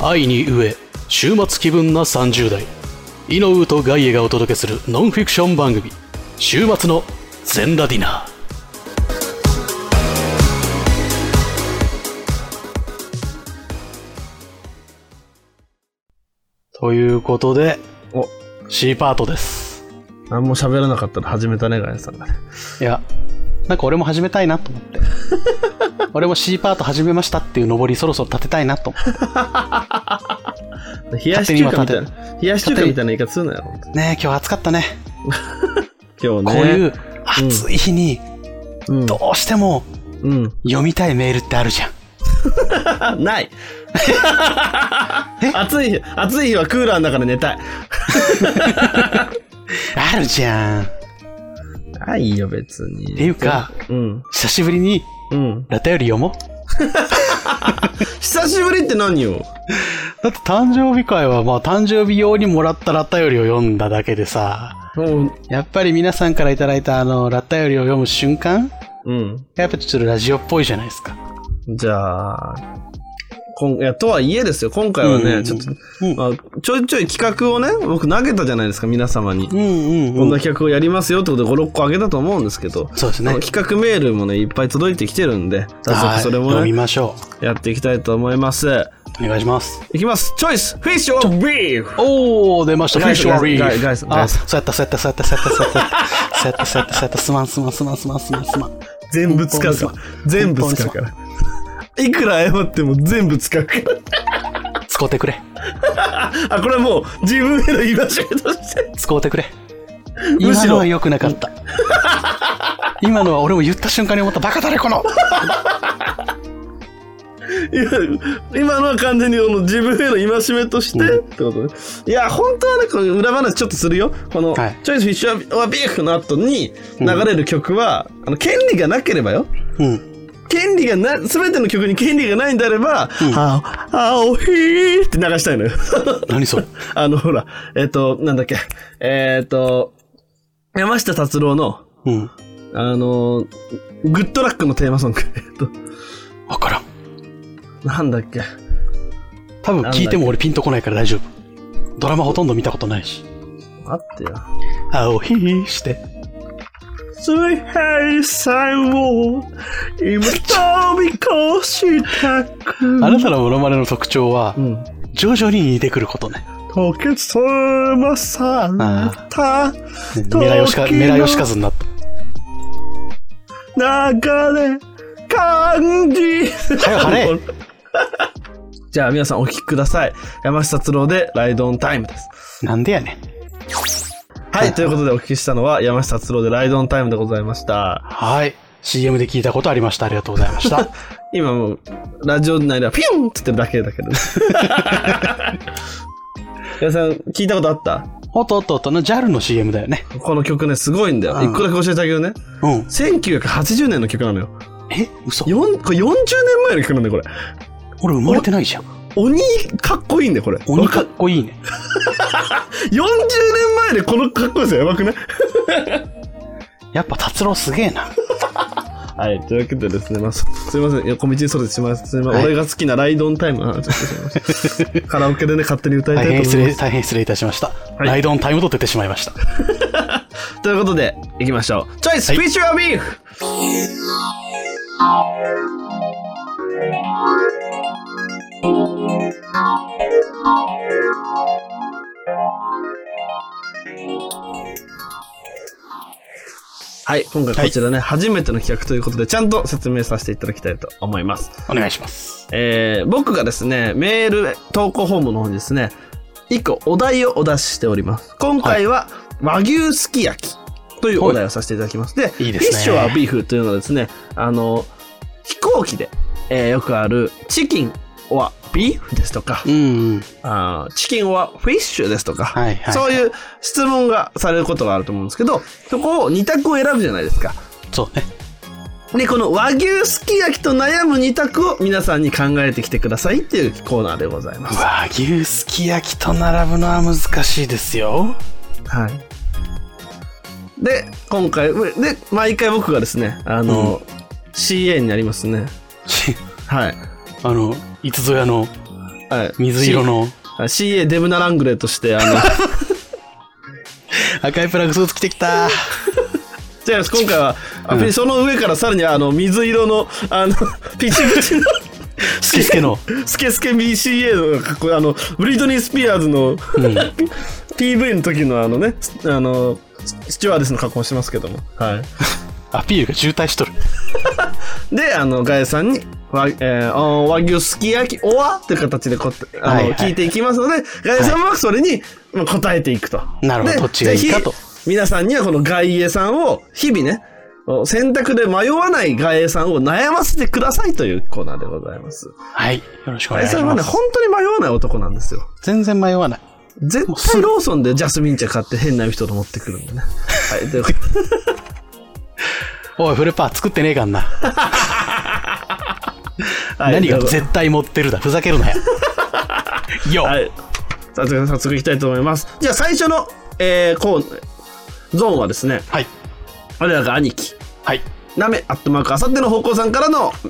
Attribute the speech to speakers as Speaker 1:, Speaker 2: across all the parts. Speaker 1: 愛に飢え週末気分な30代イノウとガイエがお届けするノンフィクション番組「週末のゼンラディナー」ということで
Speaker 2: お
Speaker 1: C パートです
Speaker 2: 何も喋らなかったら始めたね、ガヤさんがね。
Speaker 1: いやなんか俺も始めたいなと思って俺も C パート始めましたっていうのぼりそろそろ立てたいなと思って
Speaker 2: 冷やし中華みたいな、冷やし中華みたいな言い方するなよ、本当に
Speaker 1: ねえ今日暑かったね
Speaker 2: 今日
Speaker 1: こ
Speaker 2: ね。
Speaker 1: ういう暑い日に
Speaker 2: うん、
Speaker 1: どうしても
Speaker 2: うん。
Speaker 1: 読みたいメールってあるじゃん。
Speaker 2: あ、ない。
Speaker 1: え
Speaker 2: 暑い日、暑い日はクーラーの中で寝たい。
Speaker 1: あるじゃん。
Speaker 2: ないよ、別に。って
Speaker 1: いうか、
Speaker 2: うん。
Speaker 1: 久しぶりに
Speaker 2: うん。
Speaker 1: ラテより読もう。
Speaker 2: 久しぶりって何よ。
Speaker 1: だって誕生日会はまあ誕生日用にもらったラタよりを読んだだけでさ、
Speaker 2: うん。
Speaker 1: やっぱり皆さんからいただいたあのラタよりを読む瞬間、
Speaker 2: うん。
Speaker 1: やっぱちょっとラジオっぽいじゃないですか。
Speaker 2: じゃあ、こんいやとはいえですよ、今回はね、
Speaker 1: うん
Speaker 2: ちょっと、
Speaker 1: うん
Speaker 2: まあ、ちょいちょい企画をね、僕投げたじゃないですか、皆様に。
Speaker 1: うんうん
Speaker 2: こん
Speaker 1: う。
Speaker 2: なん企画をやりますよってことで5、6個あげたと思うんですけど、
Speaker 1: そうです
Speaker 2: あ
Speaker 1: ね
Speaker 2: の。企画メールもね、いっぱい届いてきてるんで、早
Speaker 1: は
Speaker 2: 速
Speaker 1: い
Speaker 2: それも
Speaker 1: 読み
Speaker 2: ね、
Speaker 1: ましょ
Speaker 2: やっていきたいと思います。
Speaker 1: う。お願いします。
Speaker 2: いきますチョイスフィッシュオブビーフ
Speaker 1: おー、出ました。フィッ
Speaker 2: ガイ
Speaker 1: シ
Speaker 2: ス
Speaker 1: ュアリ
Speaker 2: ガイスガイ
Speaker 1: ー
Speaker 2: ス
Speaker 1: フ。
Speaker 2: ガ
Speaker 1: あ、
Speaker 2: イス
Speaker 1: そうやった、そうやった、そうやった、そうやった、そうやった。そうやった、そうやった、そうやった、すまん、すまん、すまん、すまん、すまん、すまん。
Speaker 2: 全部使うから
Speaker 1: 本。
Speaker 2: 全部使うから。いくら謝っても全部使うから。
Speaker 1: 使うてくれ。
Speaker 2: あ、これはもう自分への言い出しとして。
Speaker 1: 使うてくれ
Speaker 2: む
Speaker 1: 今
Speaker 2: しろ
Speaker 1: のは良くなかった今のは俺も言った瞬間に思ったバカだねこの
Speaker 2: 今今のは完全にその自分への戒めとして、ってことね。いや、本当はね、これ裏話ちょっとするよ。この、
Speaker 1: はい
Speaker 2: チョイスフィッシュオブビーフの後に流れる曲は、あの、権利がなければよ。
Speaker 1: うん
Speaker 2: 権利がな、すべての曲に権利がないんであれば、あ青ひーって流したいのよ。
Speaker 1: 何それ
Speaker 2: あの、ほら、えっ、と、なんだっけ、えっ、と、山下達郎の、
Speaker 1: うん
Speaker 2: あの、グッドラックのテーマソング。 えっと、
Speaker 1: 分からん
Speaker 2: なんだっけ。
Speaker 1: 多分聞いても俺ピンとこないから大丈夫ドラマほとんど見たことないし
Speaker 2: 待ってよ。
Speaker 1: 青ひーして
Speaker 2: 水平線を今飛び越したく。
Speaker 1: あなたのモノマネの特徴は
Speaker 2: うん。
Speaker 1: 徐々に似てくることね
Speaker 2: 溶けつまされた
Speaker 1: メラヨシカメラヨシカズになった
Speaker 2: 中で感じ。
Speaker 1: 早く晴れ
Speaker 2: じゃあ皆さんお聴きください。山下達郎でライドオンタイムです。
Speaker 1: なんでやねん
Speaker 2: はい、ということでお聞きしたのは山下達郎でライドオンタイムでございました。
Speaker 1: はい CM で聞いたことありましたありがとうございました
Speaker 2: 今もう、ラジオ内ではピュンって言ってるだけだけ どね。皆さん、聞いたことあった
Speaker 1: おっとおっとおっとの JAL の CM だよね
Speaker 2: この曲ね、すごいんだよ。
Speaker 1: うん
Speaker 2: 一個だけ教えてあげるね。
Speaker 1: うん
Speaker 2: 1980年の曲なのよ。
Speaker 1: え嘘
Speaker 2: よんこれ40年前の曲なんだよ、これ。
Speaker 1: 俺生まれてないじゃん
Speaker 2: 鬼、かっこいいんだよ、これ。
Speaker 1: 鬼
Speaker 2: わか
Speaker 1: かっこいいね
Speaker 2: 40年前でこのかっこいいさ、やばくない
Speaker 1: やっぱ達郎すげえな。
Speaker 2: はい、というわけでですね、まあ、そすいません、いや小道にそれてしまいます。すいませ
Speaker 1: は
Speaker 2: ん、
Speaker 1: い
Speaker 2: 俺が好きなライドオンタイムの話をしてしまいました。 カラオケでね、勝手に歌いたい
Speaker 1: 大
Speaker 2: と思い
Speaker 1: 変失
Speaker 2: ます。
Speaker 1: 礼、大変失礼いたしました。
Speaker 2: い
Speaker 1: ライドオンタイムと出てしまいました。
Speaker 2: ということで、いきましょう。チョイス、
Speaker 1: はい
Speaker 2: フィッシュアビーフはい、今回こちらね、初めての企画ということで、ちゃんと説明させていただきたいと思います。
Speaker 1: お願いします。
Speaker 2: えー僕がですね、メール投稿フォームの方にですね、一個お題をお出ししております。今回は和牛すき焼きというお題をさせていただきます。で、
Speaker 1: いいですね
Speaker 2: フィッシュはビーフというのはですね、あの、飛行機で、えーよくあるチキンはビーフですとか、
Speaker 1: うんうん。
Speaker 2: あーチキンはフィッシュですとか、
Speaker 1: はいはい。
Speaker 2: そういう質問がされることがあると思うんですけど、そこを2択を選ぶじゃないですか。
Speaker 1: そうね。
Speaker 2: で、この和牛すき焼きと悩む二択を皆さんに考えてきてくださいっていうコーナーでございます。
Speaker 1: 和牛すき焼きと並ぶのは難しいですよ
Speaker 2: はい。で、今回、で、毎回僕がですね、あの、CA になりますね。はい。
Speaker 1: あのいつぞやの
Speaker 2: はい、
Speaker 1: 水色の
Speaker 2: C- CA デブナラングレーとして、あの、
Speaker 1: 赤いプラグスーツ着てきた
Speaker 2: 違います今回は、
Speaker 1: うん
Speaker 2: その上からさらにあの水色のあのピチピチのス
Speaker 1: ケスケの
Speaker 2: スケスケ BCA のかっこいいあのブリトニー・スピアーズの、PV の時のあのねあのスチュワーデスの格好をしてますけども、は
Speaker 1: アピールが渋滞しとる
Speaker 2: い、であのガエさんに和,、えーあー和牛すき焼きおわという形でこあの、
Speaker 1: はいはい
Speaker 2: 聞いていきますのでガエさんはそれにまあ答えていくと。
Speaker 1: なるほど
Speaker 2: で
Speaker 1: どっちがいいかと
Speaker 2: ぜひ皆さんにはこの外衛さんを日々ね選択で迷わない外衛さんを悩ませてくださいというコーナーでございます
Speaker 1: はいよろしくお願
Speaker 2: 外衛
Speaker 1: いし
Speaker 2: さん
Speaker 1: ま
Speaker 2: はね
Speaker 1: す
Speaker 2: 本当に迷わない男なんですよ
Speaker 1: 全然迷わない
Speaker 2: 絶対ローソンでジャスミン茶買って変な人と持ってくるん でねはいということで
Speaker 1: おいフレパー作ってねえかんな
Speaker 2: はい
Speaker 1: 何が
Speaker 2: というこ
Speaker 1: 絶対持ってるだふざけるなよ よ、
Speaker 2: とはい早速早速いきたいと思いますじゃあ最初の、えー、コーゾーンはですね
Speaker 1: はい
Speaker 2: 我らが兄貴
Speaker 1: はい
Speaker 2: なめアットマークあさっての方向さんからのフ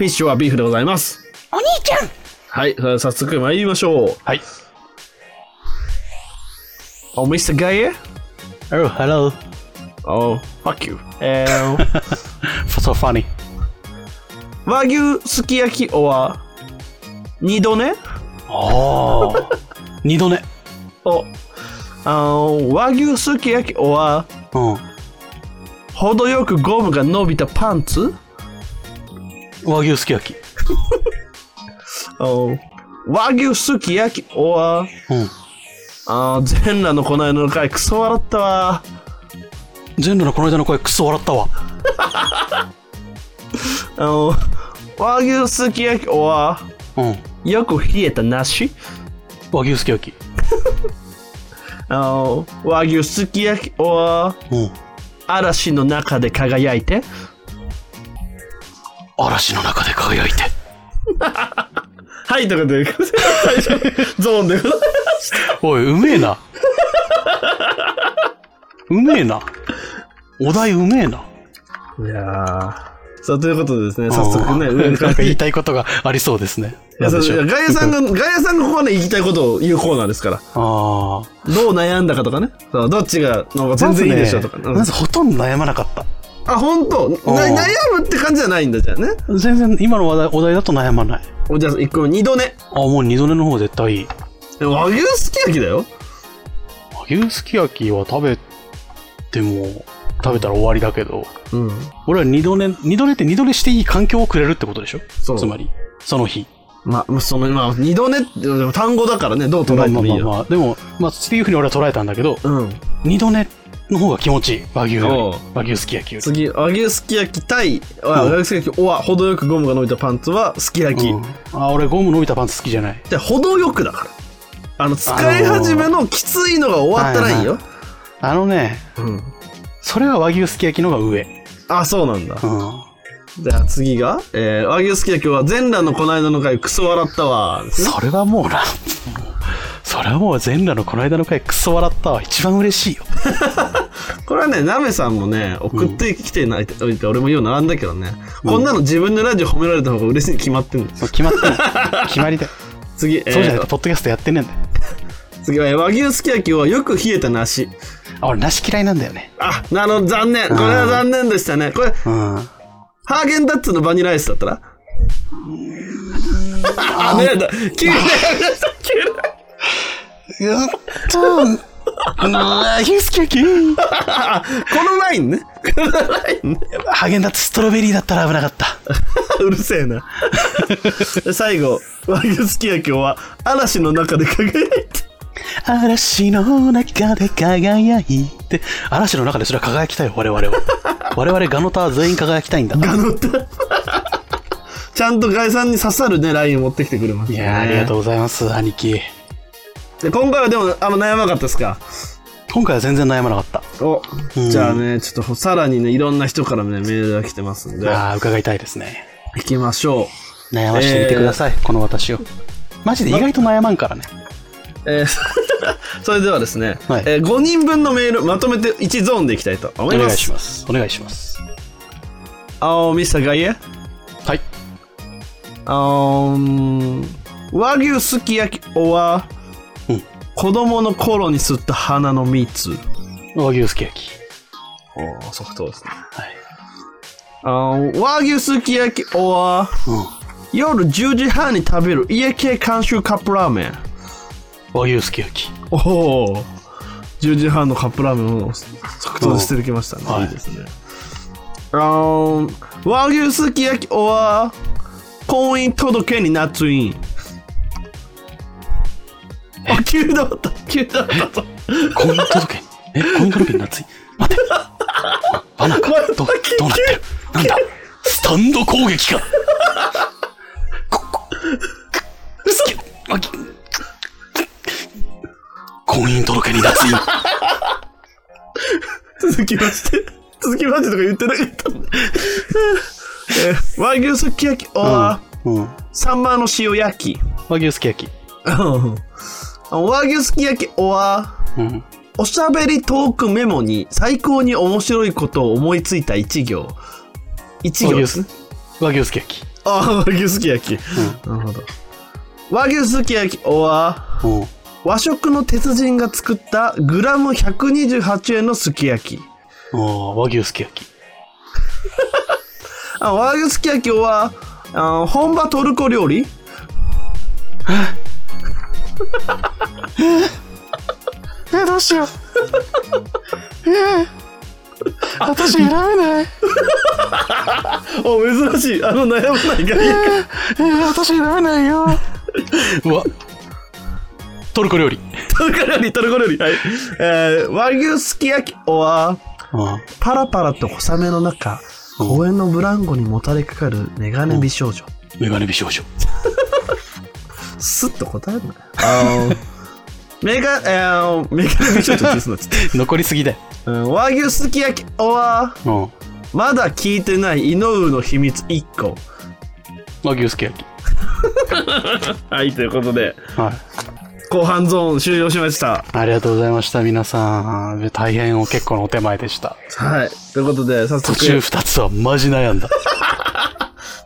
Speaker 2: ィッシュはビーフでございます
Speaker 1: お兄ちゃん
Speaker 2: はい、それでは早速参りましょう。
Speaker 1: はい
Speaker 2: お、oh, Mr. Gaia?
Speaker 1: Oh hello
Speaker 2: Oh, fuck you. えー、
Speaker 1: so funny
Speaker 2: 和牛すき焼き or 二度寝
Speaker 1: おお 二度寝
Speaker 2: ?O、あー和牛すき焼き or
Speaker 1: うん
Speaker 2: 程よくゴムが伸びたパンツ
Speaker 1: 和牛すき焼き
Speaker 2: ?O、和牛すき焼き or
Speaker 1: うん
Speaker 2: あー全裸のこの間の回クソ笑ったわ。
Speaker 1: 全裸のこの間の声クソ笑ったわ
Speaker 2: あの和牛すき焼き or
Speaker 1: うん
Speaker 2: よく冷えた梨
Speaker 1: 和牛すき焼き
Speaker 2: あの和牛すき焼き or
Speaker 1: うん
Speaker 2: 嵐の中で輝いて
Speaker 1: 嵐の中で輝いて
Speaker 2: はいということで最初のゾーンでございます
Speaker 1: おいうめえ なうめえなお題うめえない
Speaker 2: やーさあということでですね早速ね
Speaker 1: うん
Speaker 2: 上
Speaker 1: な
Speaker 2: から
Speaker 1: んか言い
Speaker 2: い
Speaker 1: たいことがありそうですねな
Speaker 2: やそ
Speaker 1: んでしょ
Speaker 2: う
Speaker 1: う
Speaker 2: ガイアさんがガイアさんがここはね言いたいことを言うコーナーですから
Speaker 1: ああ
Speaker 2: どう悩んだかとかねそうどっちがの方が全然いいでしょうとか、
Speaker 1: まず,、
Speaker 2: うん
Speaker 1: まずほとんど悩まなかった
Speaker 2: あ本当な
Speaker 1: うん
Speaker 2: 悩むって感じじゃないんだじゃあね
Speaker 1: 全然今の話題お題だと悩まない
Speaker 2: おじゃあ1個目2度寝
Speaker 1: あもう二度寝の方が絶対いい
Speaker 2: 和牛すき焼きだよ
Speaker 1: 和牛すき焼きは食べても食べたら終わりだけど
Speaker 2: うん
Speaker 1: 俺は二度寝二度寝って二度寝していい環境をくれるってことでしょ
Speaker 2: そう
Speaker 1: つまりその日
Speaker 2: まあそのまあ2度寝ってでも単語だからねどう捉えてもいい
Speaker 1: ま
Speaker 2: よ
Speaker 1: あまあまあまあでもまあっていうふうに俺は捉えたんだけど
Speaker 2: うん
Speaker 1: 二度寝の方が気持ちいい和牛より
Speaker 2: おう
Speaker 1: 和牛すき焼きより
Speaker 2: 次和牛すき焼き対あ
Speaker 1: うん
Speaker 2: 和牛すき焼きおわ程よくゴムが伸びたパンツはすき焼き、
Speaker 1: うんあ俺ゴム伸びたパンツ好きじゃない
Speaker 2: で程よくだからあの使い始めのきついのが終わったらいいよ、
Speaker 1: あのね
Speaker 2: うん、
Speaker 1: それは和牛すき焼きの方が上
Speaker 2: あそうなんだ
Speaker 1: うん
Speaker 2: じゃあ次が、えー、和牛すき焼きは全裸のこの間の回クソ笑ったわですね
Speaker 1: それはもうな、 それはもう全裸のこの間の回クソ笑ったわ。一番嬉しいよ。
Speaker 2: これはねなめさんもね送ってきてないおいて俺も言うのなんだけどね、こんなの自分のラジオ褒められた方が嬉しいに決まってるんです
Speaker 1: もう決ま ってない。決まりだよ。
Speaker 2: 次、えー
Speaker 1: そうじゃないと、ポッドキャストやってねえんだよ。
Speaker 2: 次はえー和牛すき焼きはよく冷えた梨
Speaker 1: あ、俺、梨嫌いなんだよね。
Speaker 2: あなるほど残念これは残念でしたねこれ
Speaker 1: うん。あ
Speaker 2: ハーゲンダッツのバニラアイスだったらあ、ねえだ。急に急に
Speaker 1: と、うん、和牛すき焼き。
Speaker 2: あ、 このラインね。このラインね。
Speaker 1: ハーゲンダッツストロベリーだったら危なかった。
Speaker 2: うるせえな。 最後、和牛すき焼きは嵐の中で輝いて。
Speaker 1: 嵐の中で輝いて。嵐の中でそれは輝きたいよ、我々は。我々ガノタは全員輝きたいんだ。
Speaker 2: あの歌。 ちゃんと外産に刺さるね、ラインを持ってきてくれます、
Speaker 1: い
Speaker 2: ね。
Speaker 1: やーありがとうございます、兄貴。
Speaker 2: う。で今回はでも、あんま悩まなかったですか
Speaker 1: 今回は全然悩まなかった。
Speaker 2: お、
Speaker 1: うん
Speaker 2: じゃあね、ちょっとさらにね、いろんな人からね、メールが来てますんで、
Speaker 1: ああ、伺いたいですね。
Speaker 2: 行きましょ
Speaker 1: 悩ましてみてください、この私を。マジで意外と悩まんからね。
Speaker 2: う。えー それではですね、
Speaker 1: はい
Speaker 2: えー5人分のメールまとめて1ゾーンでいきたいと
Speaker 1: お
Speaker 2: 思い
Speaker 1: 願
Speaker 2: ま
Speaker 1: い
Speaker 2: す。
Speaker 1: します。お願いします。
Speaker 2: 青、ミスターガイエ
Speaker 1: はい。
Speaker 2: 青、和牛すき焼き、おわ、
Speaker 1: うん
Speaker 2: 子供の頃に吸った花の蜜。
Speaker 1: 和牛すき焼き。
Speaker 2: おー、即答ですね。
Speaker 1: はい。
Speaker 2: 青、和牛すき焼き、おわ、
Speaker 1: う
Speaker 2: 夜10時半に食べる家系監修カップラーメン。
Speaker 1: ん。和牛すき焼き。
Speaker 2: おお10時半のカップラーメンを即答してきましたね、
Speaker 1: はい
Speaker 2: い、いですねあー和牛すき焼きおわ婚姻届にナッツインあ急だった急だったぞ
Speaker 1: 婚姻届に。え、婚姻届に夏い。待て。バナか。どう、どうなってるなんだスタンド攻撃か。ここすきあき婚姻届に夏い。
Speaker 2: 続きまして続きましてとか言ってなかった、えー和牛すき焼きおわ、
Speaker 1: うん。
Speaker 2: サンマの塩焼き
Speaker 1: 和牛すき焼き。
Speaker 2: 和牛すき焼きおわ
Speaker 1: うん。
Speaker 2: おしゃべりトークメモに最高に面白いことを思いついた一行。一行ですね。
Speaker 1: 和牛すき焼き。
Speaker 2: ああ、和牛すき焼き。なるほど。和牛すき焼き、おわ。
Speaker 1: うん。うん。
Speaker 2: 和食の鉄人が作ったグラム128円のすき焼き。
Speaker 1: おー和牛すき焼き。
Speaker 2: あ和牛すき焼き、おわ。あ本場トルコ料理
Speaker 3: えどうしようええ私選べないえ
Speaker 2: お、珍しい。あの、悩まないがいい。
Speaker 3: え私選べないよ
Speaker 1: うわ。トルコ料理。
Speaker 2: トルコ料理、トルコ料理。はい。えー和牛すき焼き、おわ。
Speaker 1: うん。
Speaker 2: パラパラと小雨の中、公園のブランコにもたれかかるメガネ美少女。
Speaker 1: メガネ美少女。
Speaker 2: スッと答えるなよ。あー メガ、えー、メガネ美少女って言うなっつって。
Speaker 1: 残りすぎだよ。
Speaker 2: うん和牛すき焼き、おわー
Speaker 1: うん。
Speaker 2: まだ聞いてない井上の秘密1個。
Speaker 1: 和牛すき焼き。
Speaker 2: はい、ということで、
Speaker 1: はい。
Speaker 2: 後半ゾーン終了しました。
Speaker 1: ありがとうございました、皆さん。大変お結構のお手前でした。
Speaker 2: はい。ということで、早
Speaker 1: 途
Speaker 2: 速、
Speaker 1: 中二つはマジ悩んだ。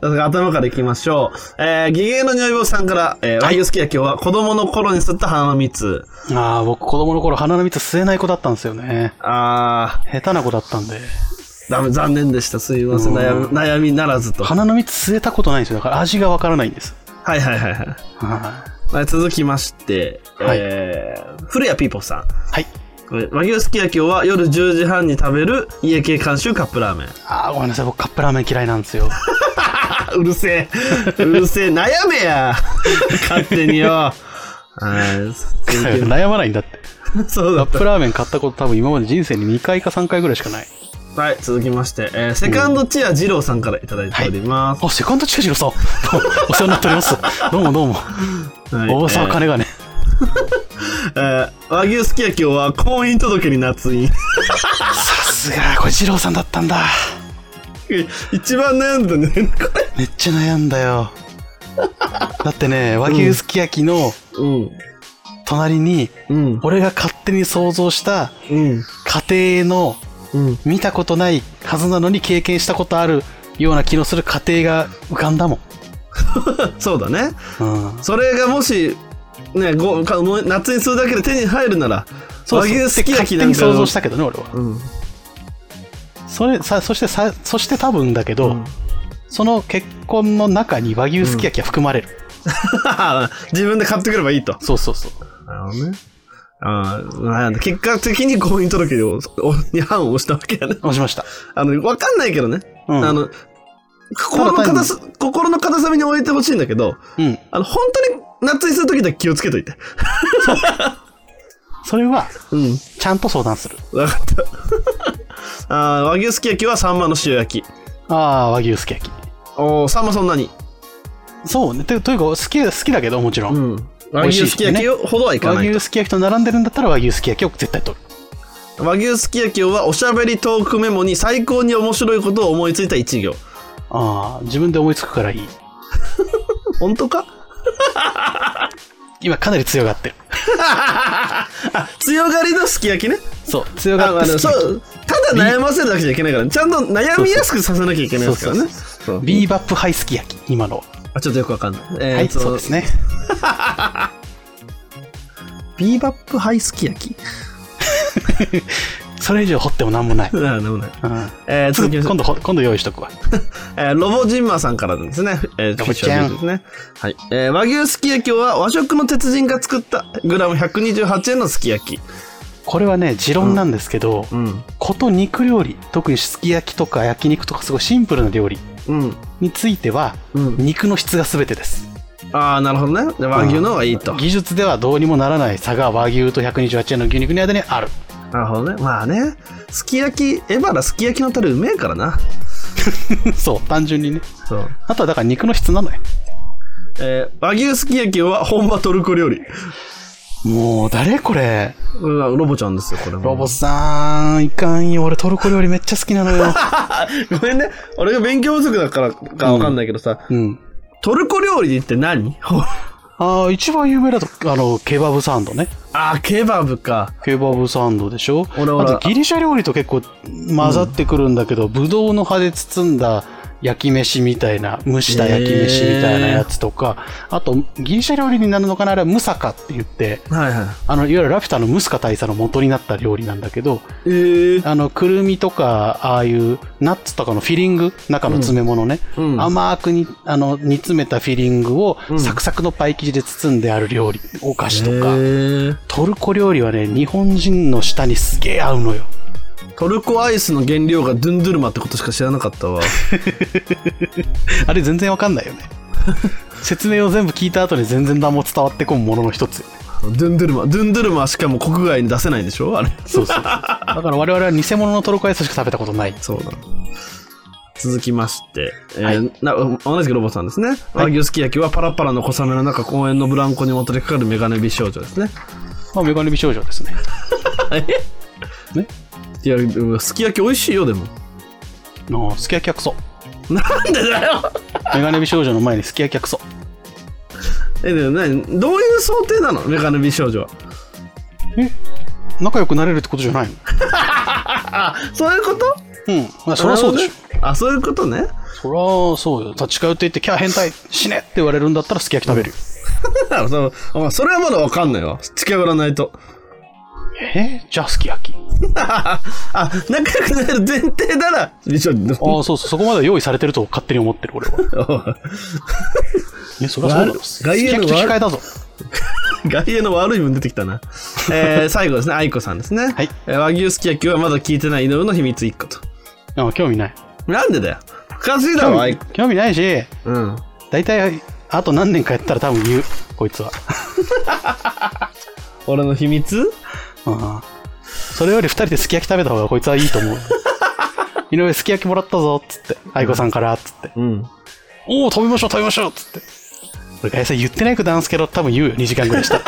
Speaker 2: 早速頭からいきましょう。えー、ゲゲゲの女房さんから、えー、和牛すき焼きおわ子供の頃に吸った花の蜜。
Speaker 1: ああ、僕子供の頃鼻の蜜吸えない子だったんですよね。
Speaker 2: あ
Speaker 1: 下手な子だったんで。
Speaker 2: ー、ダメ、残念でした。すいません。悩み、悩みならずと。は
Speaker 1: 鼻の蜜吸えたことないんですよ。だから味がわからないんです。
Speaker 2: いはいはいはい。
Speaker 1: は
Speaker 2: はい続きまして、
Speaker 1: はい
Speaker 2: えー、古谷ピーポーさん。
Speaker 1: い。はい。
Speaker 2: 和牛すき焼きは夜10時半に食べる家系監修カップラーメン。
Speaker 1: ああ、ごめんなさい。僕カップラーメン嫌いなんですよ。
Speaker 2: あ、うるせ え。うるせえ。悩め や。勝手によ。はい続
Speaker 1: 悩まないんだって。
Speaker 2: き。そう
Speaker 1: カ
Speaker 2: だ
Speaker 1: ップラーメン買ったこと多分今まで人生に2回か3回ぐらいしかない。
Speaker 2: はい、続きまして、えーセカンドチア二郎さんからいただいております。
Speaker 1: あ、セカンドチカジロさん。 どうもお世話になっております。どうもどうも。
Speaker 2: はい
Speaker 1: 大沢金がね。
Speaker 2: えーえー和牛すき焼きは婚姻届に夏印。
Speaker 1: さすが、これジローさんだったんだ。
Speaker 2: 一番悩んだね。これ。
Speaker 1: めっちゃ悩んだよだってね和牛すき焼きの
Speaker 2: うん。
Speaker 1: 隣に、
Speaker 2: うん。
Speaker 1: 俺が勝手に想像した
Speaker 2: うん。
Speaker 1: 家庭の
Speaker 2: うん。
Speaker 1: 見たことないはずなのに経験したことあるような気のする家庭が浮かんだもん、
Speaker 2: そうだね。
Speaker 1: うん、
Speaker 2: それがもし、ね、ごかもう夏にするだけで手に入るなら、
Speaker 1: そうそう
Speaker 2: 和牛すき焼き
Speaker 1: 勝手
Speaker 2: なん
Speaker 1: に
Speaker 2: かの
Speaker 1: 想像したけどね俺は
Speaker 2: うん。
Speaker 1: それさそしてさそして多分だけど、
Speaker 2: うん
Speaker 1: その結婚の中に和牛すき焼きは含まれる、
Speaker 2: 自分で買ってくればいいと。
Speaker 1: そうそうそう
Speaker 2: なるほどね。ああ、なんだ結果的に婚姻届を、おに判を押したわけやね。
Speaker 1: 押しました
Speaker 2: あの、わかんないけどね。
Speaker 1: うん
Speaker 2: あの、心の
Speaker 1: ただ単
Speaker 2: 片
Speaker 1: に
Speaker 2: す、心の片隅に置いてほしいんだけど、
Speaker 1: うん
Speaker 2: あの、本当に夏にするときだけ気をつけといて。
Speaker 1: それは
Speaker 2: うん。
Speaker 1: ちゃんと相談する
Speaker 2: わかった。ああ、和牛すき焼きはサンマの塩焼き。
Speaker 1: ああ和牛すき焼き
Speaker 2: おー、サンマそんなに。
Speaker 1: そうね。てというか、好き、好きだけど、もちろん。
Speaker 2: ん。和牛すき焼きほどはいか
Speaker 1: 和
Speaker 2: ないと。
Speaker 1: 牛すき焼きと並んでるんだったら、和牛すき焼きを絶対取る。
Speaker 2: 和牛すき焼きはおしゃべりトークメモに最高に面白いことを思いついた一行。
Speaker 1: ああ、自分で思いつくからいい。
Speaker 2: 本当か
Speaker 1: 今かなり強がってる。
Speaker 2: あ、強がりのすき焼きね。
Speaker 1: そう、強
Speaker 2: あ
Speaker 1: が
Speaker 2: あ
Speaker 1: って
Speaker 2: の
Speaker 1: 好き
Speaker 2: そう、ただ悩ませるだけじゃいけないから、ちゃんと悩みやすくさせなきゃいけないですからね。そう
Speaker 1: ビーバップハイすき焼き、今の。
Speaker 2: あちょっとよくわかんない。えー
Speaker 1: はい、
Speaker 2: と
Speaker 1: そうですね。
Speaker 2: ビーバップハイすき焼き
Speaker 1: それ以上掘ってもなんもない。
Speaker 2: なるほど。
Speaker 1: うん。
Speaker 2: えー、
Speaker 1: ちょ
Speaker 2: 続
Speaker 1: っ
Speaker 2: き
Speaker 1: と
Speaker 2: まして
Speaker 1: 今度ほ、今度用意しとくわ。
Speaker 2: えーロボジンマーさんからですね。えー、
Speaker 1: ロボちゃん
Speaker 2: フィッシュアンドですね。はい。えー和牛すき焼きは和食の鉄人が作ったグラム128円のすき焼き。
Speaker 1: これはね、持論なんですけど、
Speaker 2: うん。
Speaker 1: こと肉料理、特にすき焼きとか焼肉とかすごいシンプルな料理
Speaker 2: うん。
Speaker 1: については、
Speaker 2: うん
Speaker 1: 肉の質が全てです。
Speaker 2: ああ、なるほどね。で和牛の方がいいと。
Speaker 1: 技術ではどうにもならない差が和牛と128円の牛肉の間にある。
Speaker 2: なるほどね。まあね。すき焼き、エバラすき焼きのタレうめえからな。
Speaker 1: そう、単純にね。
Speaker 2: そう。
Speaker 1: あとはだから肉の質なのよ。
Speaker 2: えー和牛すき焼きは本場トルコ料理。
Speaker 1: もう、誰これ。
Speaker 2: うんロボちゃんですよ、これも。
Speaker 1: ロボさん、いかんよ。俺トルコ料理めっちゃ好きなの よ。
Speaker 2: ごめんね。俺が勉強不足だからかわかんないけどさ、
Speaker 1: うん。
Speaker 2: トルコ料理って何 あ
Speaker 1: ああ、一番有名だと、あの、ケバブサンドね。
Speaker 2: ー、ケバブか。
Speaker 1: ケバブサンドでしょ
Speaker 2: ほらほら
Speaker 1: あとギリシャ料理と結構混ざってくるんだけど、ブドウの葉で包んだ焼き飯みたいな、蒸した焼き飯みたいなやつとか、あとギリシャ料理になるのかなあれはムサカって言って、
Speaker 2: はいはい。
Speaker 1: あの、いわゆるラピュタのムスカ大佐の元になった料理なんだけど、
Speaker 2: えー、
Speaker 1: あの、くるみとか、ああいうナッツとかのフィリング、中の詰め物ね、
Speaker 2: うんうん
Speaker 1: 甘くに、あの、煮詰めたフィリングを
Speaker 2: うん
Speaker 1: サクサクのパイ生地で包んである料理、お菓子とか、
Speaker 2: えー
Speaker 1: トルコ料理はね、日本人の舌にすげえ合うのよ。
Speaker 2: トルコアイスの原料がドゥンドゥルマってことしか知らなかったわ。
Speaker 1: あれ全然わかんないよ ね。説明を全部聞いた後に全然何も伝わってこんものの一つよね。
Speaker 2: ドゥンドゥルマ。ドゥンドゥルマはしかも国外に出せないんでしょあれ。
Speaker 1: そうそう。だから我々は偽物のトルコアイスしか食べたことない。
Speaker 2: そうだ。続きまして、えー
Speaker 1: はい
Speaker 2: な同じくロボさんですね。
Speaker 1: はい
Speaker 2: 和牛すき焼きはパラパラの小雨の中、公園のブランコにもたれかかるメガネ美少女ですね。
Speaker 1: まあ、メガネ美少女ですね。
Speaker 2: いや、うんすき焼き美味しいよ、でも。
Speaker 1: のすき焼きはクソ。
Speaker 2: なんでだよ
Speaker 1: メガネ美少女の前にすき焼きはクソ。
Speaker 2: え、でも何どういう想定なのメガネ美少女は。
Speaker 1: 仲良くなれるってことじゃないの
Speaker 2: あ、そういうこと
Speaker 1: うん。まあ、そりゃそうでしょ。
Speaker 2: あ、そういうことね。
Speaker 1: そりゃそうよ。立ち返って言って、キャー変態死ねって言われるんだったらすき焼き食べるよ。
Speaker 2: だからそのあそれはまだわかんないわ。近寄らないと。
Speaker 1: えじゃあすき焼き。
Speaker 2: あ、仲良くなる前提なら、美少女
Speaker 1: ああ、そうそう。そこまで用意されてると勝手に思ってる、俺は。ね、そりゃそうだろ。すき
Speaker 2: 外野
Speaker 1: 焼
Speaker 2: の
Speaker 1: きと引き換えだぞ。
Speaker 2: 外野の悪い分出てきたな。えー、最後ですね、愛子さんですね。
Speaker 1: はい
Speaker 2: えー和牛すき焼きはまだ聞いてない井上の秘密一個と。
Speaker 1: あ興味ない。
Speaker 2: なんでだよ。おかしいだ
Speaker 1: 興
Speaker 2: ろ、愛
Speaker 1: 味
Speaker 2: 子。
Speaker 1: 興味ないし、
Speaker 2: うん。
Speaker 1: 大体、あと何年かやったら多分言う、こいつは。
Speaker 2: 俺の秘密
Speaker 1: うんそれより二人ですき焼き食べた方がこいつはいいと 思う。井上すき焼きもらったぞっつって愛子さんからっつって
Speaker 2: うん。
Speaker 1: 「おお食べましょう食べましょう」っつって俺外野菜言ってないくなんすけど多分言うよ2時間ぐらいした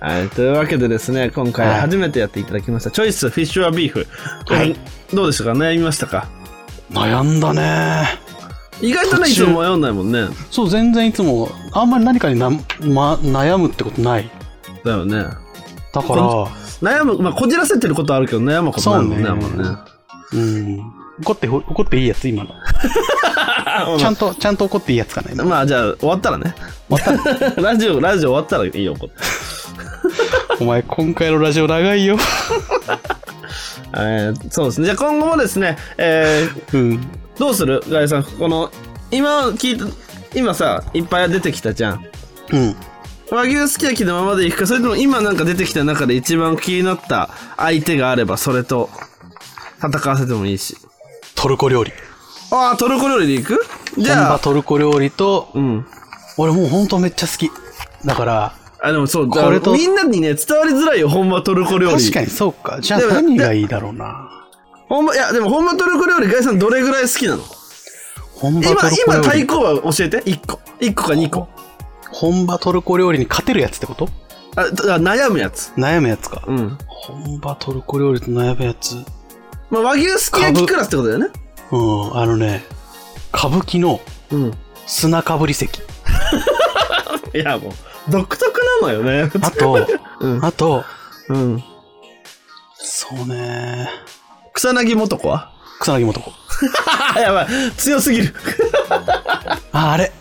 Speaker 2: はい、というわけでですね、今
Speaker 1: はい
Speaker 2: 回初めてやっていただきました、チョイスフィッシュアビーフ。
Speaker 1: はい
Speaker 2: うん。どうでしたか悩みましたか
Speaker 1: 悩んだね
Speaker 2: 意外とね、
Speaker 1: 途
Speaker 2: いつ
Speaker 1: 中
Speaker 2: も迷わないもんね。
Speaker 1: そう全然いつもあんまり何かにな、ま、悩むってことない
Speaker 2: だよね。
Speaker 1: だから
Speaker 2: 悩む、まあ、こじらせてることはあるけど、悩むことないもんね、
Speaker 1: そうね
Speaker 2: あんまね。
Speaker 1: うん怒ってほ怒っていいやつ 今の
Speaker 2: あ
Speaker 1: ちゃんとちゃんと怒っていいやつかな今
Speaker 2: まあじゃあ終わったらね。終わった ラジオ、ラジオ終わったらいいよ、こ
Speaker 1: お前今回のラジオ長いよ
Speaker 2: えーそうですね。じゃあ今後もですね、えー
Speaker 1: うん
Speaker 2: どうするガイさん、この、今聞いた、今さ、いっぱい出てきたじゃん。
Speaker 1: うん
Speaker 2: 和牛すき焼きのままでいくか、それとも今なんか出てきた中で一番気になった相手があれば、それと戦わせてもいいし。
Speaker 1: トルコ料理
Speaker 2: ああ、トルコ料理でいくじ
Speaker 1: 本
Speaker 2: ゃ
Speaker 1: 場
Speaker 2: あ、
Speaker 1: トルコ料理と
Speaker 2: うん。
Speaker 1: 俺もうほんとめっちゃ好きだから
Speaker 2: あ、でもそう、
Speaker 1: これと
Speaker 2: あのみんなにね、伝わりづらいよ、本場トルコ料理。
Speaker 1: 確かにそうかじゃあ
Speaker 2: でも
Speaker 1: 何がいいだろうな
Speaker 2: 本場、いや、でも本場トルコ料理、ガイさんどれぐらい好きなの
Speaker 1: 本場
Speaker 2: 今
Speaker 1: トルコ
Speaker 2: 今
Speaker 1: 料
Speaker 2: 対
Speaker 1: 理
Speaker 2: 抗は教えて1個1個か2個
Speaker 1: 本場トルコ料理に勝てるやつってこと
Speaker 2: あだ悩むやつ。
Speaker 1: 悩むやつか。
Speaker 2: うん。
Speaker 1: 本場トルコ料理と悩むやつ。
Speaker 2: まあ、和牛すき焼きクラスってことだよね。
Speaker 1: うん、あのね、歌舞伎の
Speaker 2: うん。
Speaker 1: 砂かぶり席。
Speaker 2: いや、もう、独特なのよね。
Speaker 1: あと、
Speaker 2: う ん。
Speaker 1: あと、
Speaker 2: うん。
Speaker 1: そうね、
Speaker 2: 草薙素子は
Speaker 1: 草薙素子。
Speaker 2: やばい。強すぎる。
Speaker 1: あ、あれ。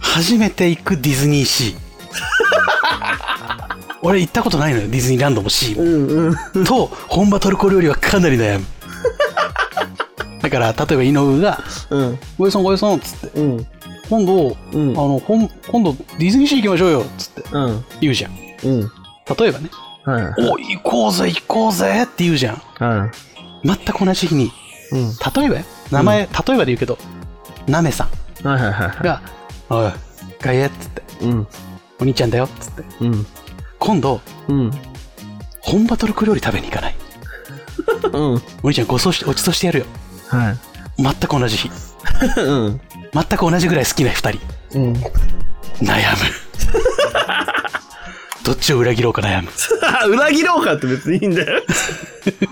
Speaker 1: 初めて行くディズニー シー。俺行ったことないのよ、ディズニーランドもシーも。
Speaker 2: んうん。
Speaker 1: と、本場トルコ料理はかなり 悩む。だから、例えば井上が、
Speaker 2: うん。
Speaker 1: ごゆさんごゆさんっつって、
Speaker 2: うん。
Speaker 1: 今度、
Speaker 2: うん
Speaker 1: あの、ほん今度ディズニーシー行きましょうよっつって
Speaker 2: うん。
Speaker 1: 言うじゃん。
Speaker 2: うん。
Speaker 1: 例えばね、
Speaker 2: はい。
Speaker 1: お、行こうぜ行こうぜって言うじゃん。
Speaker 2: は
Speaker 1: 全く同じ日に、
Speaker 2: い。うん。
Speaker 1: 例えばよ名前、例えばで言うけど、なめさん
Speaker 2: はいはいは
Speaker 1: が、おい、ガイエっつって、
Speaker 2: い。うん。
Speaker 1: お兄ちゃんだよっつって、
Speaker 2: うん。
Speaker 1: 今度、
Speaker 2: うん。
Speaker 1: 本場トルコ料理食べに行かない
Speaker 2: うん。
Speaker 1: お兄ちゃんごちそうしてごちそうしてやるよ
Speaker 2: はい。
Speaker 1: 全く同じ日
Speaker 2: うん。
Speaker 1: 全く同じぐらい好きな2人
Speaker 2: うん。
Speaker 1: 悩む どっちを裏切ろうか悩む
Speaker 2: 裏切ろうかって別にいいんだよ。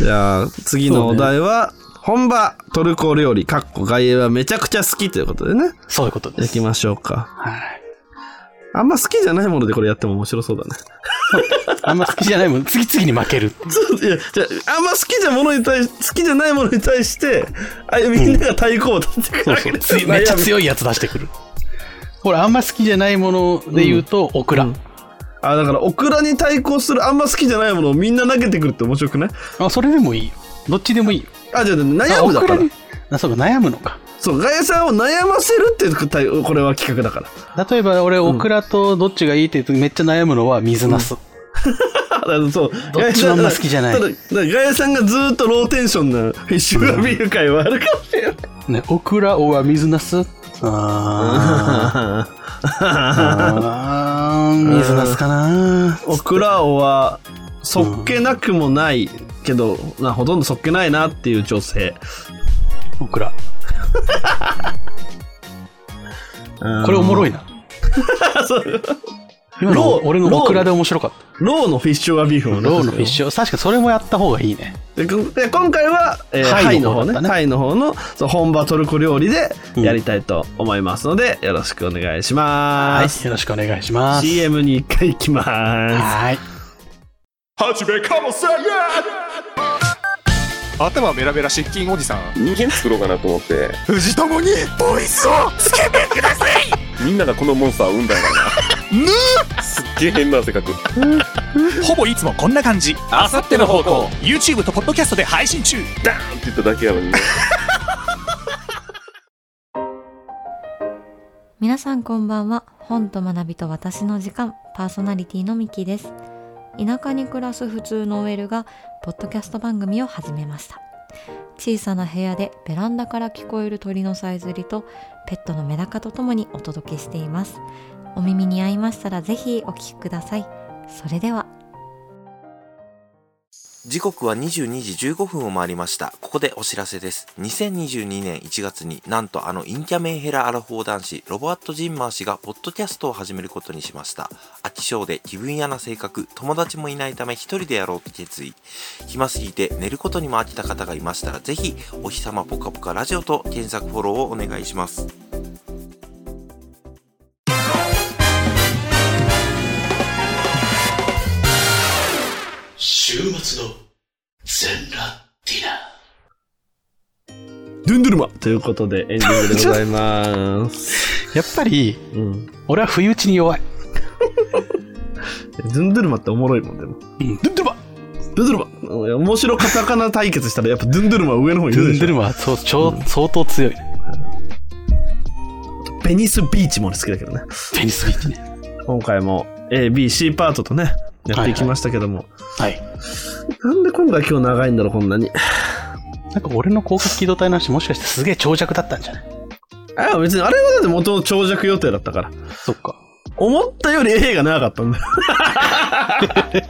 Speaker 2: じゃあ、次のお題は、本場トルコ料理、かっこ外衛はめちゃくちゃ好きということでね。
Speaker 1: そういうことで
Speaker 2: やっ
Speaker 1: す
Speaker 2: ていきましょうか。
Speaker 1: はい
Speaker 2: あんま好きじゃないものでこれやっても面白そうだね。
Speaker 1: あんま好きじゃないもん次々に負ける
Speaker 2: そういや、じゃあ、あんま好きじゃものに対し、好きじゃないものに対して、あみんなが対抗を立ってくるわけですよ、
Speaker 1: ついめっちゃ
Speaker 2: い。
Speaker 1: 強いやつ出してくるほらあんま好きじゃないもので言うと、オクラ、
Speaker 2: あ、だから、オクラに対抗するあんま好きじゃないものをみんな投げてくるって面白くない
Speaker 1: あそれでもいいよどっちでもいいよ
Speaker 2: あ、じゃあ、
Speaker 1: あ
Speaker 2: 悩
Speaker 1: オ
Speaker 2: むだ
Speaker 1: ク
Speaker 2: か
Speaker 1: ラ
Speaker 2: ら
Speaker 1: に。あそうか悩むのか
Speaker 2: そう、ガヤさんを悩ませるっていう対これは企画だから。
Speaker 1: 例えば俺オクラとどっちがいいって言うとめっちゃ悩むのは水ナス、
Speaker 2: あのそう
Speaker 1: どっちもあんま好きじゃない
Speaker 2: ガヤさんただただガヤさんがずーっとローテンションなフィッシュが見る会はあるかもしれない。
Speaker 1: ね、オクラオは水ナスあーあ ー水ナスかな
Speaker 2: オクラオはそっけなくもないけど、まあほとんどそっけないなっていう女性
Speaker 1: オクラこれおもろいな今の
Speaker 2: ロー
Speaker 1: 俺のオクラで面白かっ
Speaker 2: ローのフィッシュはビーフも
Speaker 1: た
Speaker 2: ね
Speaker 1: ローのフィッシュ確かにそれもやった方がいいね
Speaker 2: でこで今回は、えー、
Speaker 1: ハ
Speaker 2: ハ
Speaker 1: イ
Speaker 2: イ
Speaker 1: の
Speaker 2: の
Speaker 1: 方
Speaker 2: 方
Speaker 1: だった
Speaker 2: ね
Speaker 1: ね
Speaker 2: ハイの方のそう本場トルコ料理でやりたいと思いますので、よろしくお願いし
Speaker 1: はい
Speaker 2: ます、
Speaker 1: よろしくお願いします
Speaker 2: CM に一回行きます
Speaker 1: はい
Speaker 4: 始めかもせん
Speaker 5: 頭ベラベラ失禁おじさん
Speaker 4: 人間作ろうかなと思って
Speaker 5: 藤友にボイスをつけてください
Speaker 4: みんながこのモンスターを産んだんだなすっげえ変な性格
Speaker 5: ほぼいつもこんな感じあさっての方向 YouTube とポッドキャストで配信中
Speaker 4: ダーンって言っただけやのに
Speaker 6: 皆さんこんばんは本と学びと私の時間パーソナリティのミキです田舎に暮らす普通の OL がポッドキャスト番組を始めました小さな部屋でベランダから聞こえる鳥のさえずりとペットのメダカとともにお届けしていますお耳に合いましたらぜひお聞きくださいそれでは
Speaker 7: 時刻は22時15分を回りました。ここでお知らせです。2022年1月になんとあのインキャメンヘラアラフォー男子、ロボアット・ジンマー氏がポッドキャストを始めることにしました。飽き性で気分屋な性格、友達もいないため一人でやろうと決意。暇すぎて寝ることにも飽きた方がいましたら、ぜひ、お日様ぽかぽかラジオと検索フォローをお願いします。
Speaker 1: 週末の全裸ディナー
Speaker 2: ドゥンドゥルマということでエンディングでございま す
Speaker 1: やっぱり
Speaker 2: うん
Speaker 1: 俺は不意打ちに弱い
Speaker 2: ドゥンドゥルマっておもろいもんでも
Speaker 1: うんドゥンドゥルマ
Speaker 2: ドゥンドゥルマいや面白カタカナ対決したらやっぱドゥンドゥルマ上の方にい
Speaker 1: ド
Speaker 2: る
Speaker 1: ゥ
Speaker 2: で
Speaker 1: ン
Speaker 2: し
Speaker 1: ドゥル
Speaker 2: ょ
Speaker 1: マはそう超相当強いね
Speaker 2: ベニスビーチも俺好きだけどね
Speaker 1: テニスビーチね
Speaker 2: 今回も ABC パートとねやっていきましたけども、
Speaker 1: はい
Speaker 2: なんで今回今日長いんだろうこんなに
Speaker 1: なんか俺の広角機動隊の話もしかしてすげえ長尺だったんじゃない
Speaker 2: あ別にあれはだって元の長尺予定だったから
Speaker 1: そっか
Speaker 2: 思ったより A が長かったんだ よ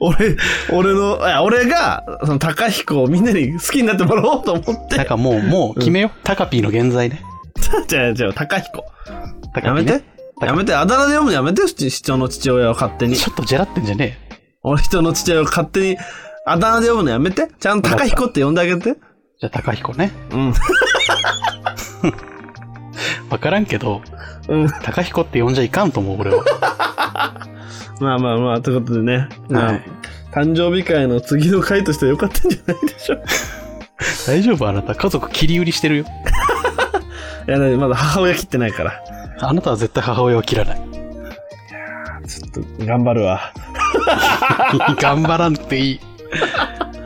Speaker 2: 俺俺のいや俺がその高彦をみんなに好きになってもらおうと思って
Speaker 1: なんかもうもう決めよう、タカピーの現在ね
Speaker 2: 違う違う高彦
Speaker 1: タカ
Speaker 2: や
Speaker 1: ピー
Speaker 2: め
Speaker 1: ね
Speaker 2: てやめて、あだ名で読むのやめてよ、人の父親を勝 手に。
Speaker 1: ちょっとジェラってんじゃねえ。
Speaker 2: 俺人の父親を勝手に、あだ名で呼ぶのやめて。ちゃんと高彦って呼んであげて。
Speaker 1: じゃあ、高彦ね。
Speaker 2: うん。
Speaker 1: わからんけど、
Speaker 2: うん。
Speaker 1: 高彦って呼んじゃいかんと思う、俺 は。
Speaker 2: まあまあまあ、ということでね。
Speaker 1: はい
Speaker 2: まあ誕生日会の次の回としては良かったんじゃないでしょうか。
Speaker 1: 大丈夫あなた、家族切り売りしてるよ。
Speaker 2: いや、だってまだ母親切ってないから。
Speaker 1: あなたは絶対母親を切ら ない。
Speaker 2: ちょっと、頑張るわ。
Speaker 1: 頑張らんくていい。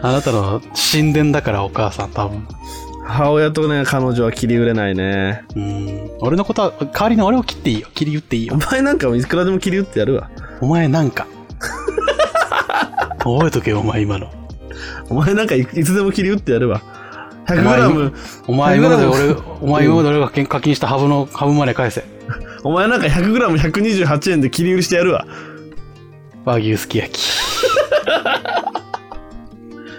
Speaker 1: あなたの神殿だから、お母さん、多分。
Speaker 2: 母親とね、彼女は切り売れないね。
Speaker 1: うん。俺のことは、代わりに俺を切っていいよ。切り売っていい
Speaker 2: お
Speaker 1: よ。
Speaker 2: 前なんかもいくらでも切り売ってやるわ。
Speaker 1: お前なん か。覚えとけよ、お前今の。
Speaker 2: お前なんかいいつでも切り売ってやるわ。
Speaker 1: お前
Speaker 2: 100g、
Speaker 1: お前今まで俺、お前
Speaker 2: うん
Speaker 1: 今まで俺が課金したハブの、ハブマネ返せ。
Speaker 2: お前なんか 100g128 円で切り売りしてやるわ。
Speaker 1: 和牛すき焼き。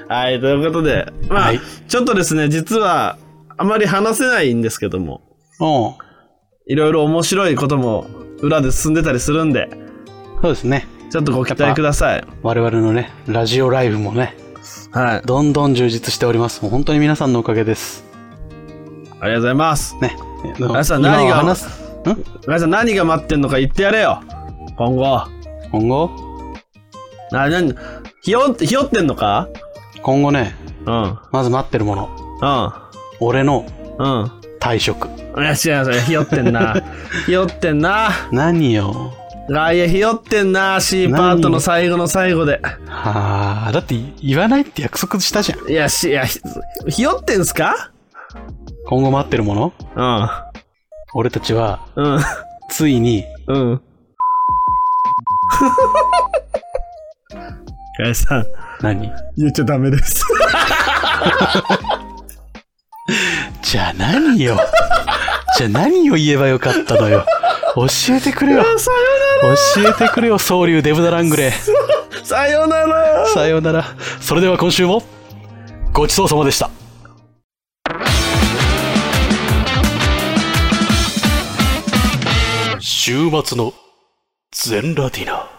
Speaker 2: はい、ということで、まあ、
Speaker 1: はい
Speaker 2: ちょっとですね、実は、あまり話せないんですけども、
Speaker 1: うん。
Speaker 2: いろいろ面白いことも裏で進んでたりするんで、
Speaker 1: そうですね。
Speaker 2: ちょっとご期待ください。
Speaker 1: 我々のね、ラジオライブもね、
Speaker 2: はい。
Speaker 1: どんどん充実しております。もう本当に皆さんのおかげです。
Speaker 2: ありがとうございます。
Speaker 1: ね。
Speaker 2: 皆さん何
Speaker 1: 今
Speaker 2: が
Speaker 1: は話す
Speaker 2: 皆さん何が待ってんのか言ってやれよ。今後。
Speaker 1: 今後
Speaker 2: な、なに、ひよって、ひよってんのか
Speaker 1: 今後ね、
Speaker 2: うん。
Speaker 1: まず待ってるもの。
Speaker 2: う
Speaker 1: 俺の
Speaker 2: ん。うん。
Speaker 1: 退職。
Speaker 2: いや、違う、それ、ひよってんな。ひよってんな。
Speaker 1: 何よ。
Speaker 2: ライエひよってんな、C パートの最後の最後で。
Speaker 1: はあ、だって言わないって約束したじゃん。
Speaker 2: いや、し、いや、ひひよってんすか
Speaker 1: 今後待ってるもの
Speaker 2: うん。
Speaker 1: 俺たちは、
Speaker 2: うん。
Speaker 1: ついに、
Speaker 2: うん。 ガイさん、
Speaker 1: 何
Speaker 2: 言っちゃダメです。
Speaker 1: じゃあ何よ。 じゃあ何を言えばよかったのよ。教えてくれよ。
Speaker 2: さ
Speaker 1: 教えてくれよ、総流デブダラングレー。
Speaker 2: さよなら
Speaker 1: さようなら。それでは今週も、ごちそうさまでした。週末の全ラティナ。